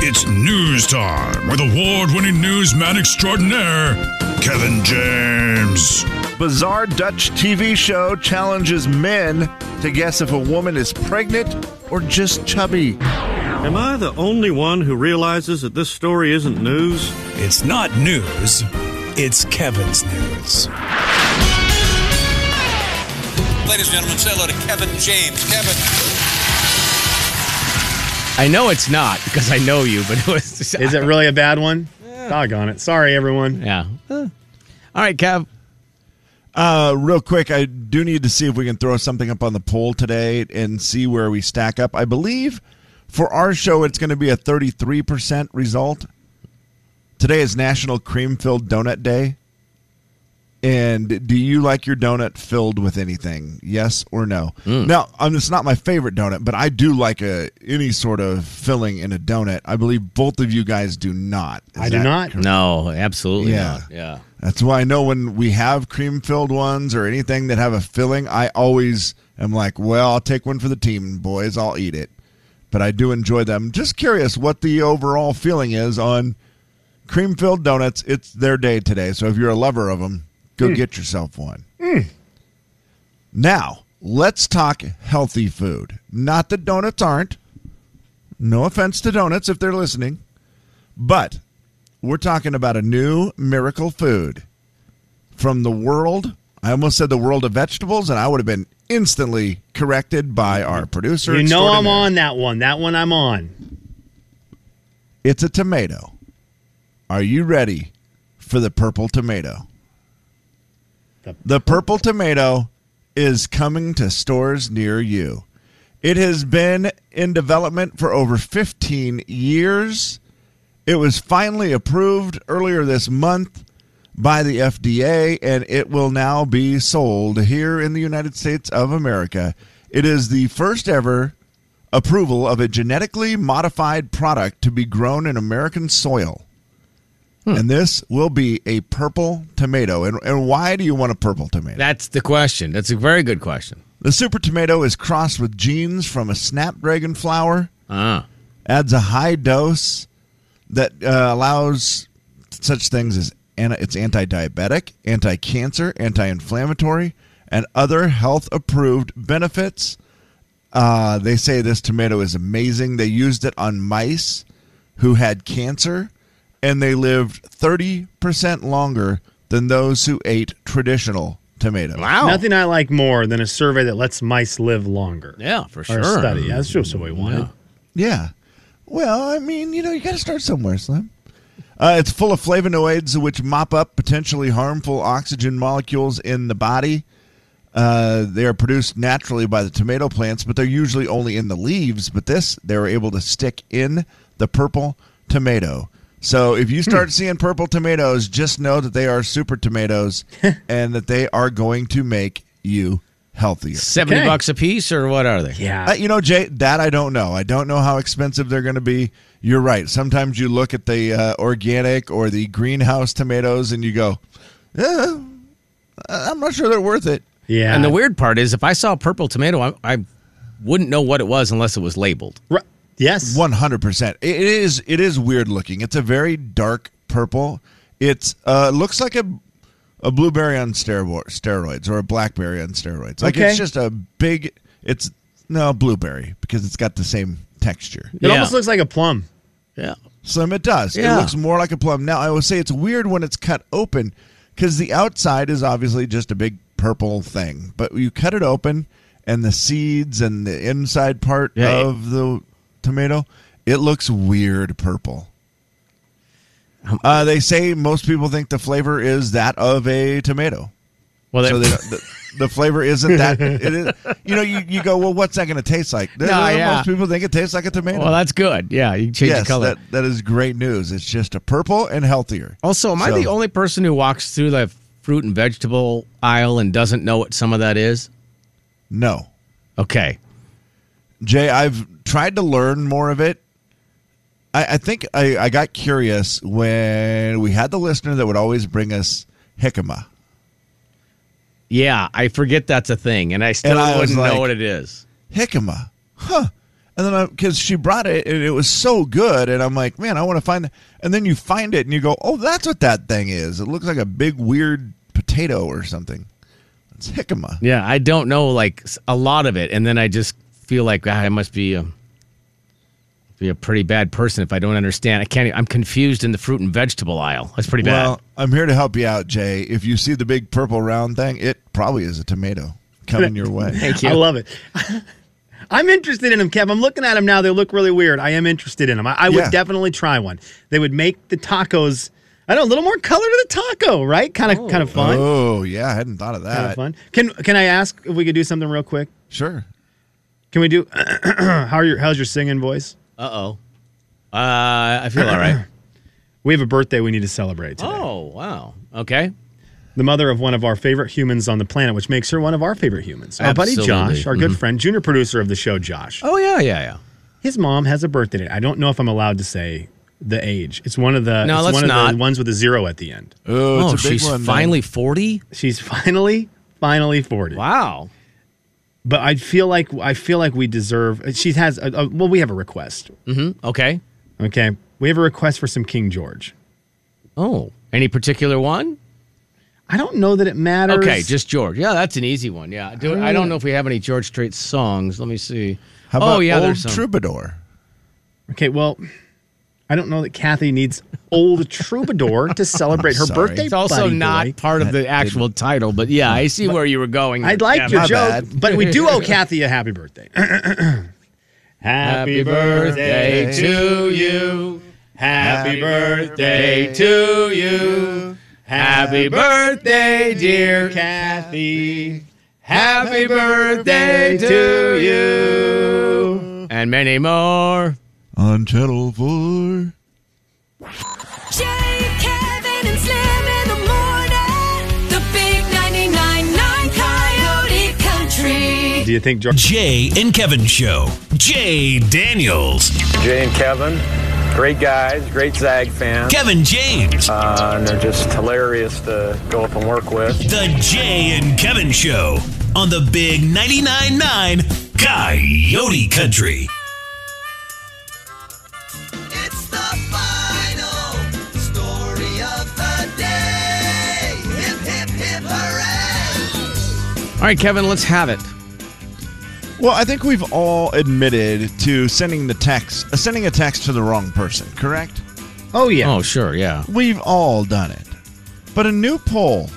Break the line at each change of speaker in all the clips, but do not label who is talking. It's news time with award winning newsman extraordinaire, Kevin James.
Bizarre Dutch TV show challenges men to guess if a woman is pregnant or just chubby.
Am I the only one who realizes that this story isn't news?
It's not news, it's Kevin's news.
Ladies and gentlemen, say hello to Kevin James. Kevin.
I know it's not because I know you, but it was.
Is it really a bad one? Doggone it. Sorry, everyone.
Yeah. All right, Kev.
Uh, real quick, I do need to see if we can throw something up on the poll today and see where we stack up. I believe for our show, it's going to be a 33% result. Today is National Cream Filled Donut Day. And do you like your donut filled with anything? Yes or no? Now, um, it's not my favorite donut, but I do like a any sort of filling in a donut. I believe both of you guys do not. Is
I do
that
not.
No, absolutely
Yeah.
not. Yeah.
That's why I know when we have cream filled ones or anything that have a filling, I always am like, well, I'll take one for the team, boys. I'll eat it. But I do enjoy them. Just curious what the overall feeling is on cream filled donuts. It's their day today. So if you're a lover of them, go get yourself one. Now, let's talk healthy food. Not that donuts aren't. No offense to donuts if they're listening. But we're talking about a new miracle food from the world. I almost said the world of vegetables, and I would have been instantly corrected by our producer.
You know I'm
extraordinaire.
on that one. That one I'm on.
It's a tomato. Are you ready for the purple tomato?
The-
The purple tomato is coming to stores near you. It has been in development for over 15 years. It was finally approved earlier this month by the FDA, and it will now be sold here in the United States of America. It is the first ever approval of a genetically modified product to be grown in American soil. And this will be a purple tomato. And, and why do you want a purple tomato?
That's the question. That's a very good question.
the super tomato is crossed with genes from a snapdragon flower
Uh,
adds a high dose that uh, allows such things as ana- it's anti-diabetic, anti-cancer, anti-inflammatory, and other health-approved benefits. Uh, they say this tomato is amazing. They used it on mice who had cancer, and they lived thirty percent longer than those who ate traditional tomatoes.
wow.
Nothing I like more than a survey that lets mice live longer.
Yeah, for
Or
sure.
a study. Yeah, that's just what we wanted.
Yeah. Well, I mean, you know, you got to start somewhere, Slim. Uh, it's full of flavonoids, which mop up potentially harmful oxygen molecules in the body. Uh, they are produced naturally by the tomato plants, but they're usually only in the leaves. But this, they were able to stick in the purple tomato. So if you start seeing purple tomatoes, just know that they are super tomatoes and that they are going to make you healthier.
70
Okay.
bucks a piece, or what are they?
Yeah.
Uh, you know, Jay, that I don't know. I don't know how expensive they're going to be. You're right. Sometimes you look at the uh, organic or the greenhouse tomatoes and you go, eh, I- I'm not sure they're worth it.
yeah.
And the weird part is, if I saw a purple tomato, I, I wouldn't know what it was unless it was labeled.
Ru- yes.
One hundred percent. It is. It is weird looking. It's a very dark purple. It's uh, looks like a a blueberry on steroid, steroids or a blackberry on steroids. Like
Okay.
it's just a big. It's no blueberry because it's got the same texture.
It
Yeah.
almost looks like a plum.
Yeah.
Slim, it does.
Yeah.
It looks more like a plum. Now, I will say it's weird when it's cut open because the outside is obviously just a big purple thing. But you cut it open, and the seeds and the inside part
Yeah.
of the tomato, it looks weird purple.
Um,
Uh, they say most people think the flavor is that of a tomato.
Well,
So
that-
they, the, the flavor isn't that. It is, you know, you, you go, well, what's that going to taste like?
yeah.
Most people think it tastes like a tomato
well, that's good. Yeah, you can change the color.
that, that is great news. It's just a purple and healthier.
also, am I
So-
the only person who walks through the fruit and vegetable aisle and doesn't know what some of that is?
No,
Okay.
Jay, I've tried to learn more of it. I, I think I, I got curious when we had the listener that would always bring us jicama.
Yeah, I forget that's a thing, and I still
And I was
wouldn't
like-
know what it is.
Jicama, huh? And then because she brought it and it was so good, and I'm like, man, I want to find that. And then you find it and you go, oh, that's what that thing is. It looks like a big weird potato or something. It's jicama.
Yeah, I don't know like s- a lot of it, and then I just feel like ah, I must be a, be a pretty bad person if I don't understand. I can't. e, I'm confused in the fruit and vegetable aisle. That's pretty bad.
Well, I'm here to help you out, Jay. If you see the big purple round thing, it probably is a tomato coming your way.
Thank you.
I love it. I'm interested in them, Kev. I'm looking at them now. They look really weird. I am interested in them. I, I
Yeah.
would definitely try one. They would make the tacos. I don't know, a little more color to the taco, right? Kind of, kind of fun.
Oh yeah, I hadn't thought of
Kind of
that.
fun. Can Can I ask if we could do something real quick?
Sure.
Can we do? how are your How's your singing voice?
Uh oh. Uh, I feel all right.
We have a birthday we need to celebrate today.
oh wow. Okay.
The mother of one of our favorite humans on the planet, which makes her one of our favorite humans. Our buddy
Absolutely. Mm-hmm.
Josh, our good friend, junior producer of the show, Josh.
Oh yeah, yeah, yeah.
His mom has a birthday. today. I don't know if I'm allowed to say the age. It's one of the
No,
it's
let's
one of
not.
the ones with a zero at the end.
Oh, it's a
oh,
big
she's
one. man.
finally forty.
She's finally finally 40.
Wow.
But I feel like I feel like we deserve she has a, a, well we have a request.
Mm. Okay.
Okay. We have a request for some King George.
Oh, any particular one?
I don't know that it matters.
Okay, just George. Yeah, that's an easy one. Yeah, Do, I don't know if we have any George Strait songs. Let me see.
How about
oh yeah,
old
there's some.
troubadour?
Okay, well I don't know that Kathy needs old troubadour to celebrate her
Sorry.
birthday.
It's also
buddy
not
boy.
part of the actual title, but yeah, I see where you were going.
I like
Yeah,
your
my
joke,
bad.
but we do owe Kathy a happy birthday.
Happy birthday to you. Happy birthday to you. Happy birthday, dear Kathy. Happy birthday to you. And many more.
On Channel 4.
Jay, Kevin, and Slim in the morning. The big 99.9 Coyote Country.
Do you think George
Jay and Kevin Show. Jay Daniels.
Jay and Kevin, great guys, great Zag fans,
Kevin James.
uh, and they're just hilarious to go up and work with.
The Jay and Kevin Show on the Big 99.9 9 Coyote Country.
It's the final story of the day. Hip, hip, hip, hooray!
All right, Kevin, let's have it.
Well, I think we've all admitted to sending the text, uh, sending a text to the wrong person, correct?
Oh yeah.
Oh, sure, yeah.
We've all done it. But a new poll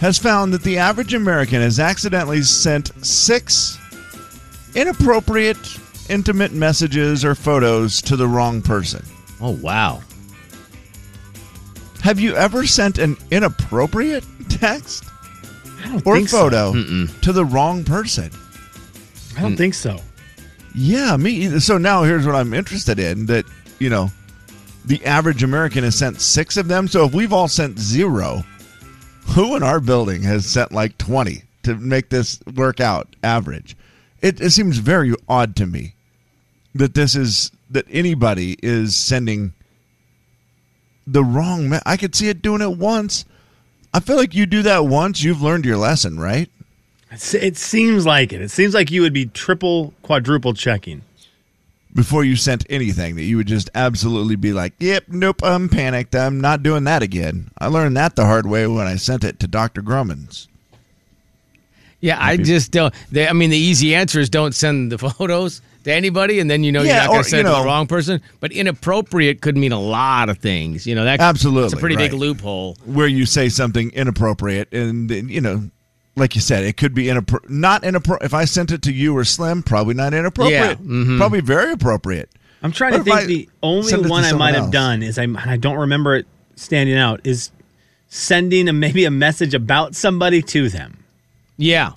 has found that the average American has accidentally sent six inappropriate, intimate messages or photos to the wrong person.
Oh, wow.
Have you ever sent an inappropriate text or
think so.
photo to the wrong person?
I don't think so.
Yeah, me either. So now here's what I'm interested in that, you know, the average American has sent six of them. So if we've all sent zero, who in our building has sent like 20 to make this work out average? It, it seems very odd to me that this is, that anybody is sending the wrong. Me- I could see it doing it once. I feel like you do that once, you've learned your lesson, right?
It's- It seems like it. It seems like you would be triple, quadruple checking.
before you sent anything that you would just absolutely be like, yep, nope, I'm panicked. I'm not doing that again. I learned that the hard way when I sent it to Dr. Grumman's.
Yeah, I just don't. They, I mean, the easy answer is don't send the photos to anybody, and then you know
Yeah,
you're not going
or,
to send
you
it to
know-
the wrong person. But inappropriate could mean a lot of things. You know, that It's
Absolutely,
a pretty big
right.
loophole.
Where you say something inappropriate and, then, you know, like you said, it could be inappro- not inappropriate. If I sent it to you or Slim, probably not inappropriate.
Yeah,
mm-hmm.
mhm.
Probably very appropriate.
I'm trying
What
to
if I
think. the
send it
only
to
one I
someone
might have
else?
done is I. and I don't remember it standing out. Is sending a, maybe a message about somebody to them.
Yeah,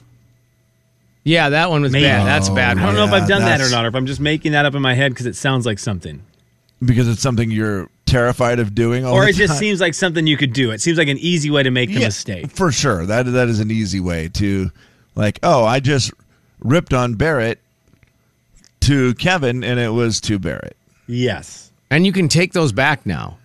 yeah, that one was
Maybe.
bad. That's a bad.
I
One.
don't know if
Yeah,
I've done that or
that's-
not, or if I'm just making that up in my head because it sounds like something,
Because it's something you're terrified of doing. All
or
the
it just
time.
seems like something you could do. It seems like an easy way to make the mistake.
For sure. That that is an easy way to like, oh, I just ripped on Barrett to Kevin and it was to Barrett.
Yes,
And you can take those back now.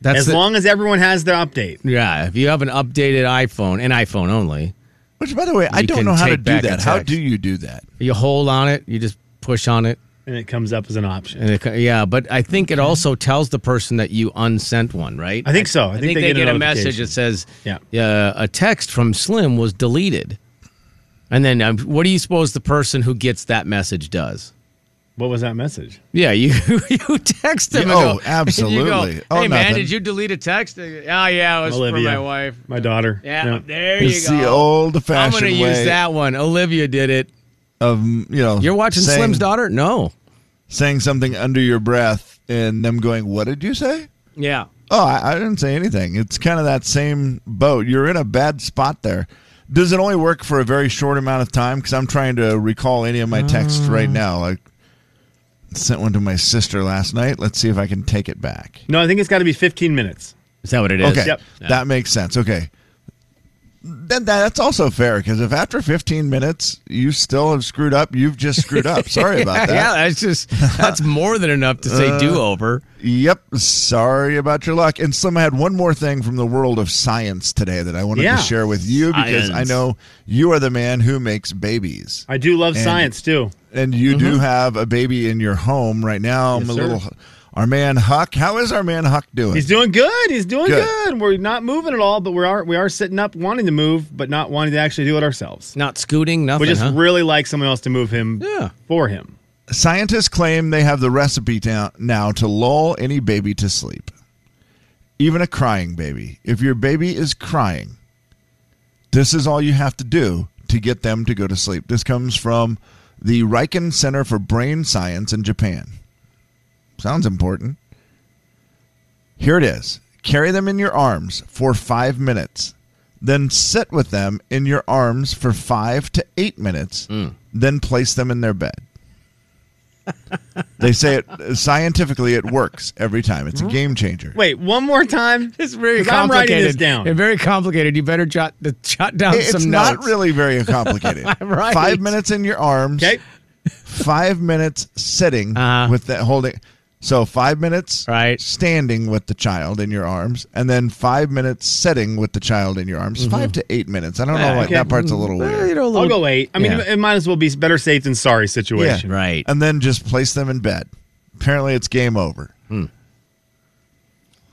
That's
as
the-
long as everyone has their update.
Yeah, if you have an updated iPhone and iPhone only,
Which by the way, I
You
don't
can
know how to
take
do
back a
that. How
text.
do you do that?
you hold on it, you just push on it.
and it comes up as an option.
And it, co- yeah, but I think it also tells the person that you unsent one, right?
I think so. I think they get a
a, message
notification.
that says,
Yeah.
uh, a text from Slim was deleted." And then, um, what do you suppose the person who gets that message does?
What was that message?
Yeah, you you text them.
Yeah, oh,
and go,
absolutely.
and you go,
Oh,
hey man,
nothing."
did you delete a text? Oh yeah, it was for my wife.
my daughter.
Yeah, there you
It's
go.
the old
I'm gonna
fashioned way
use that one. Olivia did it.
of Mm, you know.
You're watching
saying,
Slim's daughter? No.
saying something under your breath and them going, "What did you say?"
Yeah.
Oh, I, I didn't say anything. It's kind of that same boat. You're in a bad spot there. Does it only work for a very short amount of time? Because I'm trying to recall any of my texts
Uh.
right now. I sent one to my sister last night. Let's see if I can take it back.
No, I think it's got to be 15 minutes.
Is that what it is?
Okay,
Yep.
that makes sense. Okay, then that's also fair because if after 15 minutes you still have screwed up, you've just screwed up. Sorry about that. Uh,
Yeah, that's just that's more than enough to say do over.
Yep. Sorry about your luck. And Slim, I had one more thing from the world of science today that I wanted
Yeah.
to share with you because I
Science.
know you are the man who makes babies.
I do love
And-
science too.
And you do have a baby in your home right now.
Yes,
I'm a
sir.
little. Our man Huck. How is our man Huck doing?
He's doing good. He's doing
Good.
good. We're not moving at all, but we are we are sitting up, wanting to move, but not wanting to actually do it ourselves.
Not scooting, nothing.
We just
huh?
really like someone else to move him
Yeah.
for him.
Scientists claim they have the recipe down now to lull any baby to sleep, even a crying baby. If your baby is crying, this is all you have to do to get them to go to sleep. This comes from the Riken Center for Brain Science in Japan. Sounds important. Here it is carry them in your arms for five minutes, then sit with them in your arms for five to eight minutes, then place them in their bed. They say it scientifically, it works every time. It's a game changer.
Wait, one more time.
It's very
'Cause I'm
complicated.
writing this down.
And very complicated. You better jot the jot down
It's
some
not
notes.
really very complicated.
Right.
Five minutes in your arms,
Okay.
five minutes sitting
Uh-huh.
with that holding. So five minutes
Right.
standing with the child in your arms, and then five minutes sitting with the child in your arms. Five to eight minutes. I don't know.
Mm-hmm. Ah,
why
okay.
That part's a little
Well, you
weird.
know, a little-
I'll go eight. I mean,
Yeah.
it might as well be better safe than sorry situation.
Right.
And then just place them in bed. Apparently, it's game over.
Hmm.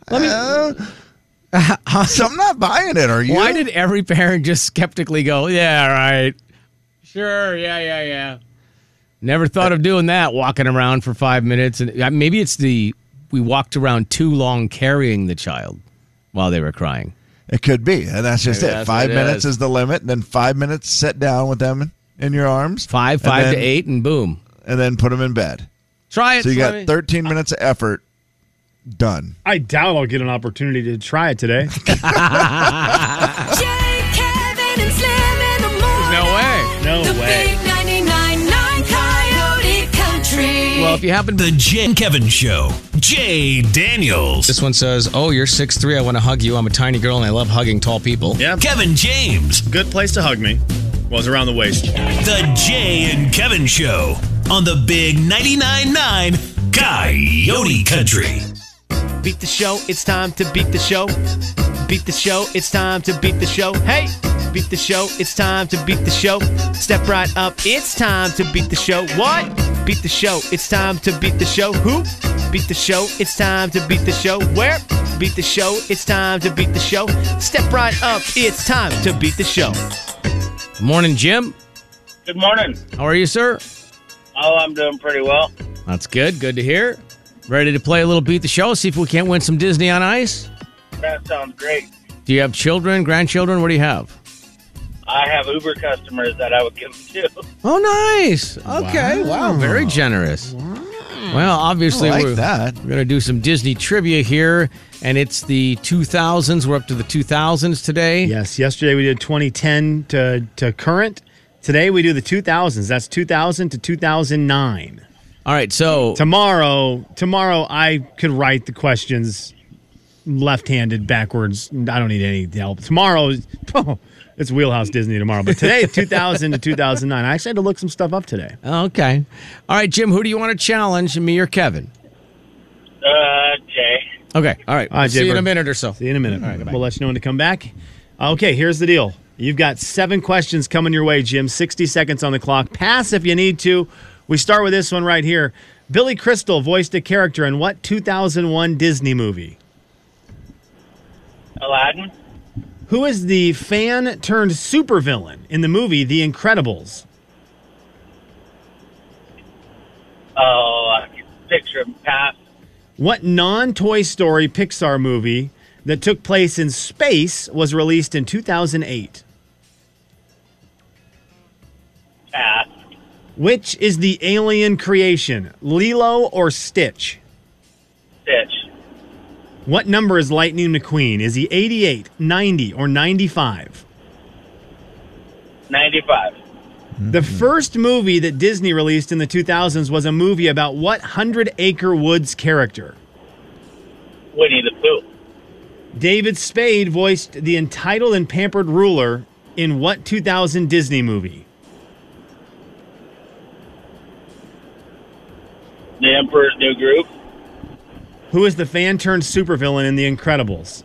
Let me. so I'm not buying it. Are you?
Why did every parent just skeptically go, Yeah, all right. Sure, yeah, yeah, yeah. Never thought of doing that, walking around for five minutes and uh, maybe it's the we walked around too long carrying the child while they were crying.
It could be, and that's just
Maybe
it.
that's
five
what it
minutes
is.
is. the limit. And then five minutes, sit down with them in your arms.
Five,
and
five
then-
to eight, and boom.
and then put them in bed.
Try it.
So you
Slimmy.
got 13 minutes of effort. Done.
I doubt I'll get an opportunity to try it today.
Jay, Kevin, and Slim in the morning.
No way.
No
the
way.
big 99.9 Coyote Country.
Well, if you happen to
The Jay and Kevin Show. Jay Daniels.
This one says, "Oh, you're six three. I want to hug you. I'm a tiny girl and I love hugging tall people."
Yeah.
Kevin James.
Good place to hug me was around the waist.
The Jay and Kevin Show on the Big 99.9 9 Coyote Country.
Beat the show, it's time to beat the show. Beat the show, it's time to beat the show. Hey! Beat the show, it's time to beat the show. Step right up, it's time to beat the show. What? Beat the show, it's time to beat the show. Who? Beat the show, it's time to beat the show. Where? Beat the show, it's time to beat the show. Step right up, it's time to beat the show.
Morning, Jim.
Good morning.
How are you, sir?
Oh, I'm doing pretty well.
That's good. Good to hear. Ready to play a little beat the show? See if we can't win some Disney on Ice.
That sounds great.
Do you have children, grandchildren? What do you have?
I have Uber customers that I would give them to.
Oh, nice. Okay. Wow. Very generous. Well, obviously,
I like
we're,
that.
we're going to do some Disney trivia here, and it's the 2000s. We're up to the 2000s today.
Yes, yesterday we did 2010 to, to current. Today we do the 2000s. That's 2000 to 2009.
All right. So,
Tomorrow, tomorrow I could write the questions left-handed, backwards. I don't need any help. Tomorrow, is- oh, it's Wheelhouse Disney tomorrow. But today, 2000 to 2009. I actually had to look some stuff up today.
okay. All right, Jim, who do you want to challenge, me or Kevin?
Uh, Jay.
Okay. All right.
All right,
See you in
Jibber.
a minute or so.
See you in a minute. we'll let you know when to come back. Okay, here's the deal. You've got seven questions coming your way, Jim. 60 seconds on the clock. Pass if you need to, We start with this one right here. Billy Crystal voiced a character in what 2001 Disney movie?
Aladdin.
Who is the fan turned supervillain in the movie The Incredibles?
Oh, I can picture him pass.
What non Toy Story Pixar movie that took place in space was released in 2008?
Pass.
Which is the alien creation, Lilo or Stitch?
Stitch.
What number is Lightning McQueen? Is he 88, 90, or 95?
95.
The first movie that Disney released in the 2000s was a movie about what 100 Acre Woods character?
Winnie the Pooh.
David Spade voiced the entitled and pampered ruler in what 2000 Disney movie?
The Emperor's New Groove.
Who is the fan turned supervillain in The Incredibles?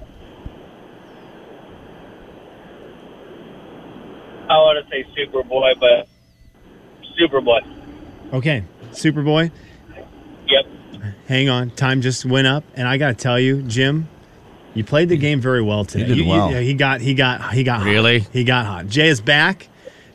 I want to say Superboy, but Superboy.
Okay, Superboy,
Yep.
hang on. Time just went up, and I got to tell you, Jim, you played the game very well today.
did
You- you-
well.
yeah, he got, he got, he got. hot.
Really?
He got hot. Jay is back.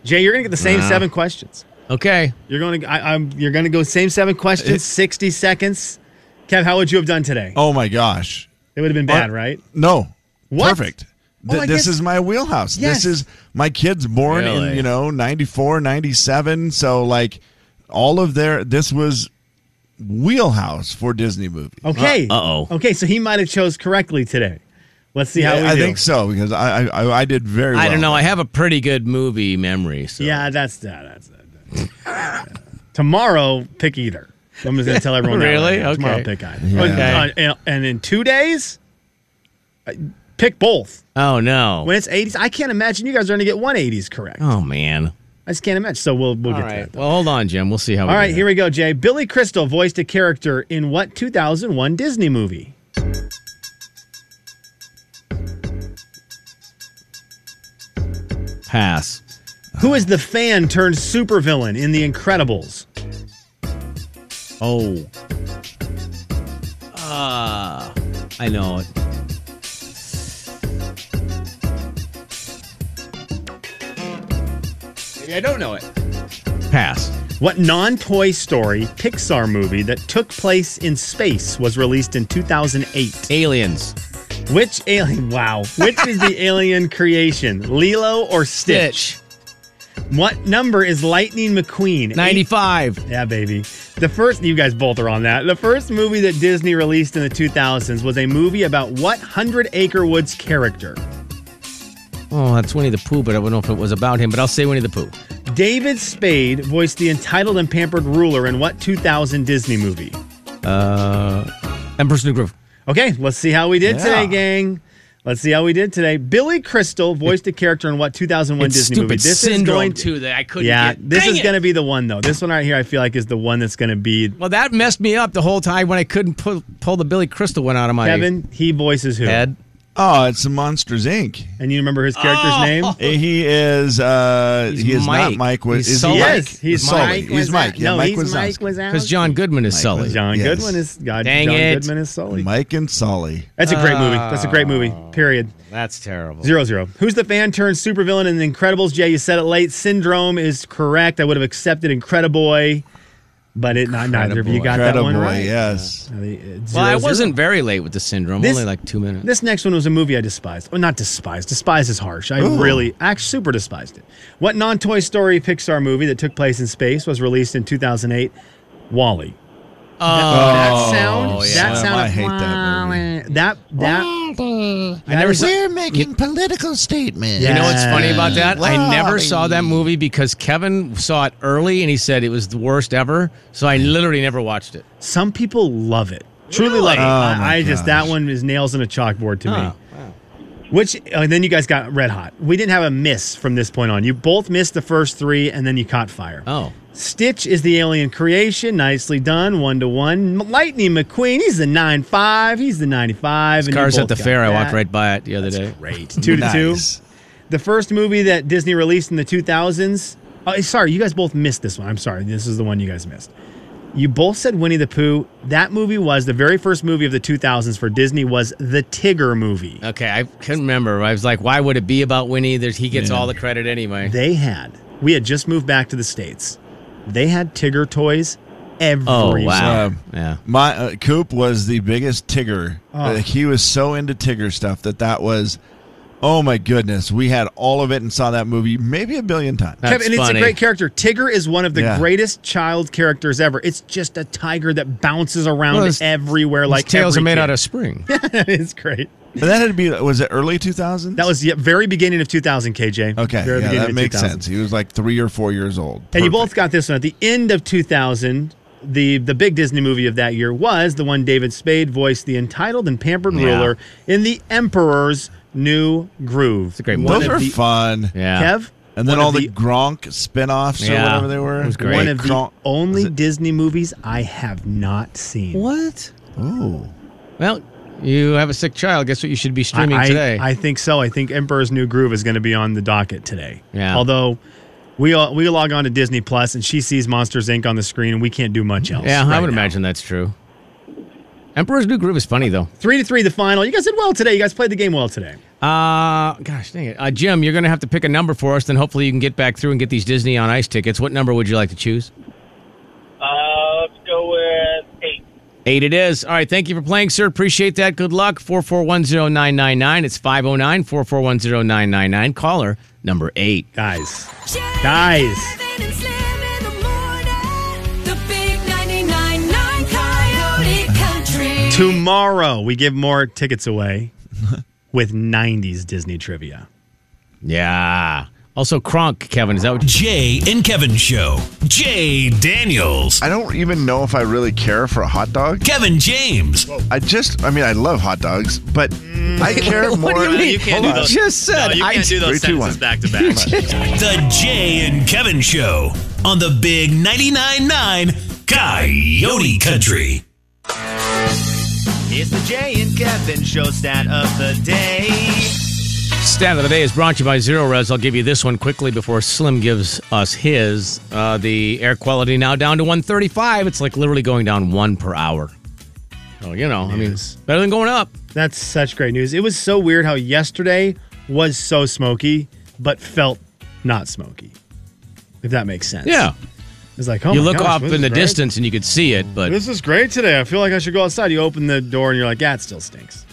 Jay, you're gonna get the same
Nah.
seven questions.
Okay.
You're gonna, I, I'm, you're gonna go same seven questions, sixty seconds. Kev, how would you have done today?
Oh my gosh.
It would have been bad, right?
No.
What?
Perfect. Th-
Oh, I
this
guess-
is my wheelhouse.
Yes.
This is my kids born in,
Really?
you know, 94, 97. So like all of their this was wheelhouse for Disney movies.
Okay.
Uh, Uh-oh.
Okay, so he might have chose correctly today. Let's see how we
I, I
do.
think so because I I, I- I did very well.
I don't know. I have a pretty good movie memory. So.
Yeah, that's that. That's that. Tomorrow, pick either. I'm just gonna tell everyone. that
Really?
right now. Tomorrow,
Okay.
pick either.
Okay.
And, uh, and in two days, uh, pick both.
Oh no.
When it's 80s, I can't imagine you guys are gonna get one 80s correct.
oh man.
I just can't imagine. So we'll we'll
All
get to
right.
that.
Well, hold on, Jim. We'll see how.
All right, here we go, Jay. Billy Crystal voiced a character in what 2001 Disney movie?
pass.
Who is the fan turned supervillain in The Incredibles?
Oh. Ah, I know it. Maybe I don't know it. Pass.
What non Toy Story Pixar movie that took place in space was released in 2008?
Aliens.
Which alien? Wow. Which is the alien creation, Lilo or Stitch?
Stitch.
What number is Lightning McQueen? Eight-
95.
Yeah, baby. The first, you guys both are on that. The first movie that Disney released in the 2000s was a movie about what Hundred Acre Woods character?
Oh, that's Winnie the Pooh, but I don't know if it was about him, but I'll say Winnie the Pooh.
David Spade voiced the entitled and pampered ruler in what 2000 Disney movie?
Uh, Emperor's New Groove.
Okay, let's see how we did
Yeah.
today, gang. Let's see how we did today. Billy Crystal voiced a character in what 2001
It's
Disney
stupid
movie? This is
syndrome,
going
too, that I couldn't
Yeah,
get.
this
Dang
is
it!
going to be the one though. This one right here, I feel like is the one that's going to be
Well, that messed me up the whole time when I couldn't pull, pull the Billy Crystal one out of my
Kevin. He voices who?
head.
Oh, it's Monsters Inc.
And you remember his character's name?
Oh, Eh, He is uh
He's
he is
Mike.
not Mike was
He's
is
Sully.
he
Yes,
Mike?
he's
Sully.
Mike
He's Mike. Yeah,
no,
Mike
he's
was
Mike
Because John Goodman is Sully.
John
Yes.
Goodwin is God.
Dang
John
it.
Goodman is Sully.
Mike and Sully.
That's a great movie. That's a great movie. Period.
That's terrible.
Zero zero. Who's the fan turned supervillain in The Incredibles? Jay, you said it late. Syndrome is correct. I would have accepted Incrediboy, but it not neither of you got that
Incredible.
one right.
Yes.
Uh, the, uh,
Well, I
zero,
wasn't
zero.
very late with the syndrome.
This-
Only like two minutes.
This next one was a movie I despised. Well, not despised. Despise is harsh. I really, actually, super despised it. What non Toy Story Pixar movie that took place in space was released in 2008? Wally.
oh,
that sound.
yeah.
That sound.
I
of-
hate that movie.
That that.
I never saw.
making political statements.
You know what's funny about that? I
Wow.
never saw that movie because Kevin saw it early and he said it was the worst ever. So I literally never watched it.
Some people love it. Truly love it.
Oh, my
I, I just that
gosh.
one is nails on a chalkboard to me.
Oh,
Which oh, and then you guys got red hot. We didn't have a miss from this point on. You both missed the first three, and then you caught fire.
Oh.
Stitch is the alien creation. Nicely done. One to one. Lightning McQueen. He's the nine five. He's the ninety five. And you
Cars
both
at the
got
fair. I
that.
walked right by it the other day.
Great. Two to
Nice.
two. The first movie that Disney released in the two thousands Oh, sorry, you guys both missed this one. I'm sorry. This is the one you guys missed. You both said Winnie the Pooh. That movie was the very first movie of the 2000s for Disney was the Tigger movie.
Okay, I couldn't remember. I was like, why would it be about Winnie? There's, he gets
Yeah.
all the credit anyway.
They had. We had just moved back to the states. They had Tigger toys everywhere.
Oh, yeah.
My uh, Coop was the biggest Tigger.
Oh.
Uh, he was so into Tigger stuff that that was, oh my goodness, we had all of it and saw that movie maybe a billion times.
Kevin, and it's a great character. Tigger is one of the
Yeah.
greatest child characters ever. It's just a tiger that bounces around
Well, his-
everywhere.
his
Like
tails
every
are made
kid.
out of spring.
it's great.
But that had to be was it early 2000s?
That was the very beginning of 2000, KJ.
Okay,
very
yeah,
beginning
that
of
makes
2000.
sense. He was like three or four years old.
And you both got this one at the end of 2000. The the big Disney movie of that year was the one David Spade voiced the entitled and pampered
Yeah.
ruler in the Emperor's New Groove. It's a
great
one
Those
of
are
the-
fun.
Yeah.
Kev,
And then
one
all
of
the, Gronk spin-offs
Yeah.
or whatever they were.
It was great.
one of the
Gronk-
only Disney movies I have not seen.
What?
Oh.
Well, you have a sick child. Guess what? You should be streaming
I, I-
today.
I think so. I think Emperor's New Groove is going to be on the docket today.
Yeah.
Although we all, we log on to Disney Plus and she sees Monsters Inc. on the screen and we can't do much else.
yeah, I
right
would
now.
imagine that's true. Emperor's New Groove is funny though.
Three to three, the final. You guys did well today. You guys played the game well today.
Uh, gosh, dang it, uh, Jim, you're gonna have to pick a number for us. Then hopefully you can get back through and get these Disney on Ice tickets. What number would you like to choose?
Uh, let's go with eight.
Eight it is. All right. Thank you for playing, sir. Appreciate that. Good luck. 4410999. It's 509 4410999. Caller number eight.
Guys. Guys.
Kevin and Slim in the morning. The big 99.9 Coyote Country.
Tomorrow we give more tickets away with 90s Disney trivia.
Yeah. Also, Kronk, Kevin. Is that what
Jay and Kevin Show. Jay Daniels.
I don't even know if I really care for a hot dog.
Kevin James.
I just, I mean, I love hot dogs, but
Mm.
I care more.
What do you mean?
You can't
Hold
do
on.
those.
just said
No, you
I-
can't do those
Three, two,
sentences
one.
back to back.
The Jay and Kevin Show on the Big 99.9 Coyote Country.
It's the Jay and Kevin show stat of the day.
Stat of the day is brought to you by Zero Res. I'll give you this one quickly before Slim gives us his. Uh, the air quality now down to 135. It's like literally going down one per hour. So, you know, I mean, better than going up.
That's such great news. It was so weird how yesterday was so smoky, but felt not smoky. If that makes sense.
Yeah.
It's like, oh
you
my
look
gosh,
off
this
in
is
the
great.
distance and you could see it, but
This is great today. I feel like I should go outside. You open the door and you're like, yeah, it still stinks.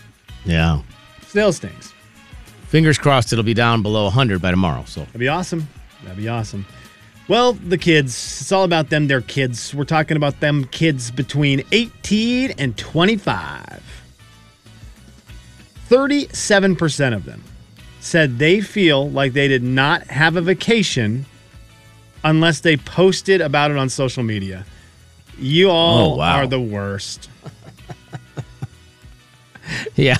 yeah.
Still stinks.
Fingers crossed it'll be down below 100 by tomorrow. So
That'd be awesome. That'd be awesome. Well, the kids. It's all about them, their kids. We're talking about them kids between 18 and 25. 37% of them said they feel like they did not have a vacation unless they posted about it on social media. You all
Oh, wow.
are the worst.
yeah,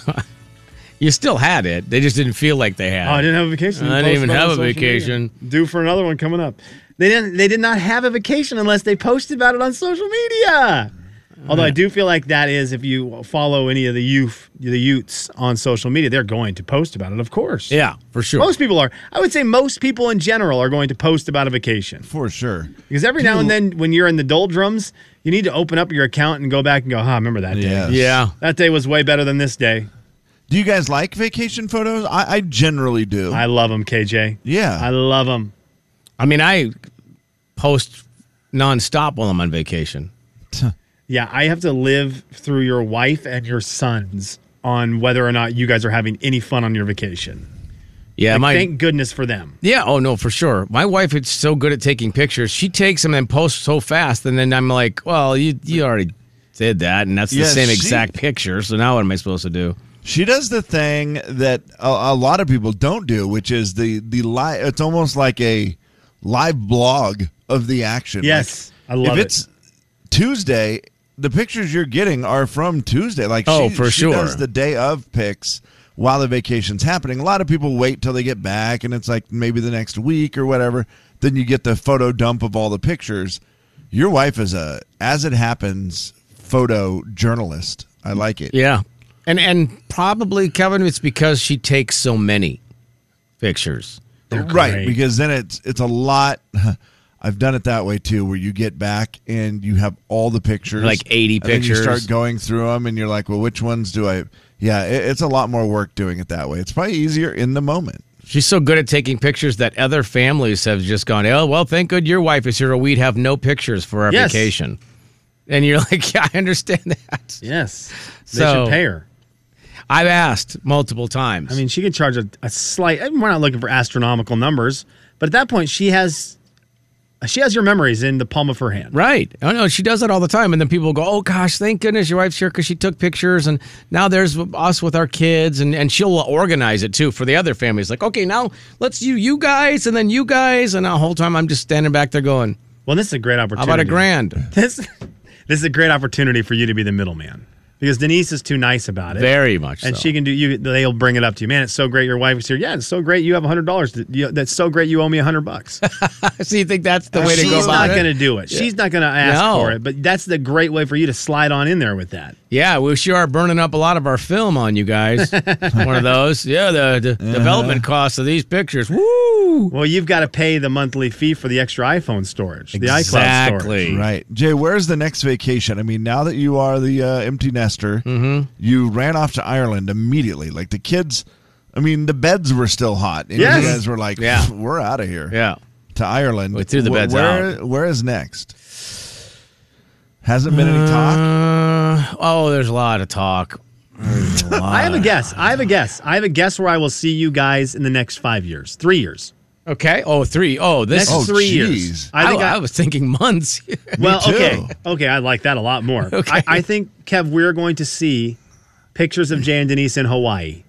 you still had it. They just didn't feel like they had.
Oh, I
it.
didn't have a vacation.
I
Post
didn't even
about it on
have a
social media.
vacation.
Due for another one coming up. They didn't. They did not have a vacation unless they posted about it on social media. Although I do feel like that is if you follow any of the youth, the youths on social media, they're going to post about it. Of course.
Yeah, for sure.
Most people are. I would say most people in general are going to post about a vacation
For sure.
because every now and then, when you're in the doldrums, you need to open up your account and go back and go, "Huh, remember that day?
Yes.
yeah,
That day was way better than this day."
Do you guys like vacation photos? I, I generally do.
I love them, KJ.
yeah.
I love them.
I mean, I post nonstop while I'm on vacation.
Yeah, I have to live through your wife and your sons on whether or not you guys are having any fun on your vacation.
Yeah,
Like,
my
thank goodness for them.
yeah. Oh no, for sure. My wife is so good at taking pictures. She takes them and posts so fast, and then I'm like, well, you you already did that, and that's the
Yeah,
same
she-
exact picture. So now what am I supposed to do?
She does the thing that a, a lot of people don't do, which is the the live. It's almost like a live blog of the action.
Yes, I love
if
it.
it's Tuesday, the pictures you're getting are from Tuesday. Like
Oh,
she,
for
she
sure.
does the day of pics while the vacation's happening. A lot of people wait till they get back, and it's like maybe the next week or whatever. Then you get the photo dump of all the pictures. Your wife is a as it happens photo journalist. I like it.
Yeah, and and probably Kevin, it's because she takes so many pictures.
right, because then it's it's a lot. I've done it that way too, where you get back and you have all the pictures,
Like 80
and then
pictures.
you start going through them, and you're like, "Well, which ones do I?" Yeah, it, it's a lot more work doing it that way. It's probably easier in the moment.
She's so good at taking pictures that other families have just gone, oh, well, thank good your wife is here or we'd have no pictures for our
Yes.
vacation. And you're like, yeah, I understand that.
Yes. They
So-
should pay her.
I've asked multiple times.
I mean, she can charge a, a slight. I mean, we're not looking for astronomical numbers, but at that point, she has she has your memories in the palm of her hand.
Right. Oh, no, she does that all the time. And then people go, oh, gosh, thank goodness your wife's here because she took pictures. And now there's us with our kids. And, and she'll organize it too for the other families. Like, okay, now let's do you guys and then you guys. And the whole time I'm just standing back there going,
well, this is a great
How about a
opportunity.
grand?
This this is a great opportunity for you to be the middleman because Denise is too nice about it.
Very much
And
so.
she can do you. They'll bring it up to you. Man, it's so great your wife is here. Yeah, it's so great you have hundred dollars. That's so great you owe me hundred bucks.
so you think that's the
Uh,
way to go
She's
about
not
it?
going to do it.
Yeah.
She's not going to ask
No.
for it. But that's the great way for you to slide on in there with that.
Yeah, we sure are burning up a lot of our film on you guys. One of those. Yeah, the,
Uh-huh.
the development costs of these pictures. Woo!
Well, you've got to pay the monthly fee for the extra iPhone storage, the iCloud storage.
Mm.
Right. Jay, where's the next vacation? I mean, now that you are the uh, empty nester,
Mm-hmm.
you ran off to Ireland immediately. Like the kids, I mean, the beds were still hot. And
Yes.
you guys were like,
Yeah.
"Pff, we're out of here.
Yeah.
To Ireland.
We threw the
Wh-
beds
where, Where is next? Hasn't been any talk.
Uh, oh, there's a lot of talk. There's a lot.
I have a guess. I have a guess. I have a guess where I will see you guys in the next five years, three years.
Okay. Oh, three. Oh, this
Next
is
three years.
I,
I think I-
I was thinking months.
well, okay, okay. I like that a lot more.
Okay.
I, I think Kev, we're going to see pictures of Jay and Denise in Hawaii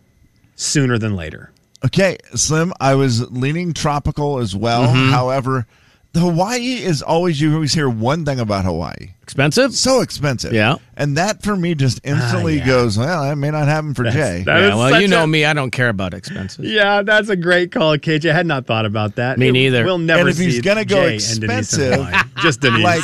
sooner than later.
Okay, Slim, I was leaning tropical as well.
Mm-hmm.
However, the Hawaii is always you always hear one thing about Hawaii.
Expensive?
So expensive.
Yeah. Ah,
And that for me just instantly goes, well, that may not happen for Jay.
that
yeah,
is
well,
such
you know
a-
me. I don't care about expenses.
Yeah, that's a great call, KJ. I had not thought about that.
Me
It-
neither.
We'll never.
and if he's
see
gonna go
Jay and Denise in
expensive,
Hawaii. just Denise.
like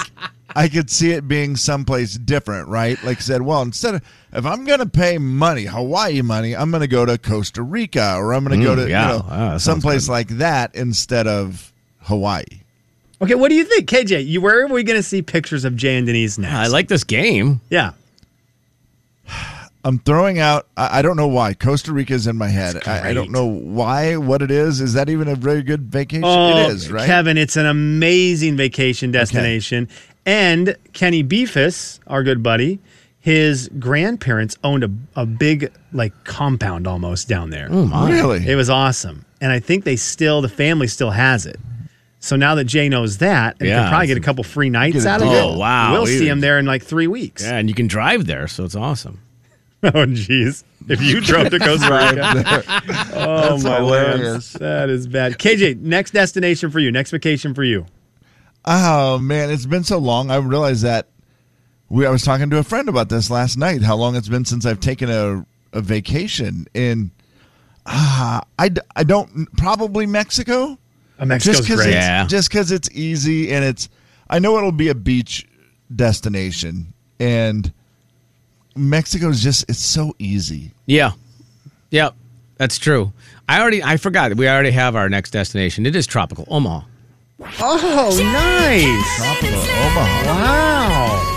I could see it being someplace different, right? Like I said, well, instead of if I'm gonna pay money, Hawaii money, I'm gonna go to Costa Rica or I'm gonna
Mm,
go to
yeah.
you know
Ah, that sounds
someplace like that instead of Hawaii.
okay, what do you think, KJ? You where are we going to see pictures of Jay and Denise next?
I like this game.
Yeah.
I'm throwing out. I, I don't know why Costa Rica's in my head. I, I don't know why. What it is? Is that even a very good vacation? it is, right?
Oh, Kevin, it's an amazing vacation destination. And Kenny Beefus, our good buddy, his grandparents owned a, a big like compound almost down there. Oh
my. Really?
It was awesome. And I think they still the family still has it. So now that Jay knows that, and
Yeah.
can probably get a couple free nights
Get a
out of it.
deal. Oh, wow.
We'll see
Dude.
him there in like three weeks.
Yeah, and you can drive there, so it's awesome.
Oh, jeez. If you drove to Costa Rica. oh,
That's
my
hilarious.
lands. That is bad. KJ, next destination for you, next vacation for you.
Oh man, it's been so long. I realized that we. I was talking to a friend about this last night. How long it's been since I've taken a a vacation in. Ah, I, d- I don't probably Mexico.
Uh, Mexico's
just because
great.
it's,
Yeah.
just 'cause it's easy and it's I know it'll be a beach destination and Mexico's just it's so easy.
Yeah. Yep. That's true. I already I forgot. We already have our next destination. It is tropical Omaha.
Oh, nice.
Tropical Omaha.
Wow.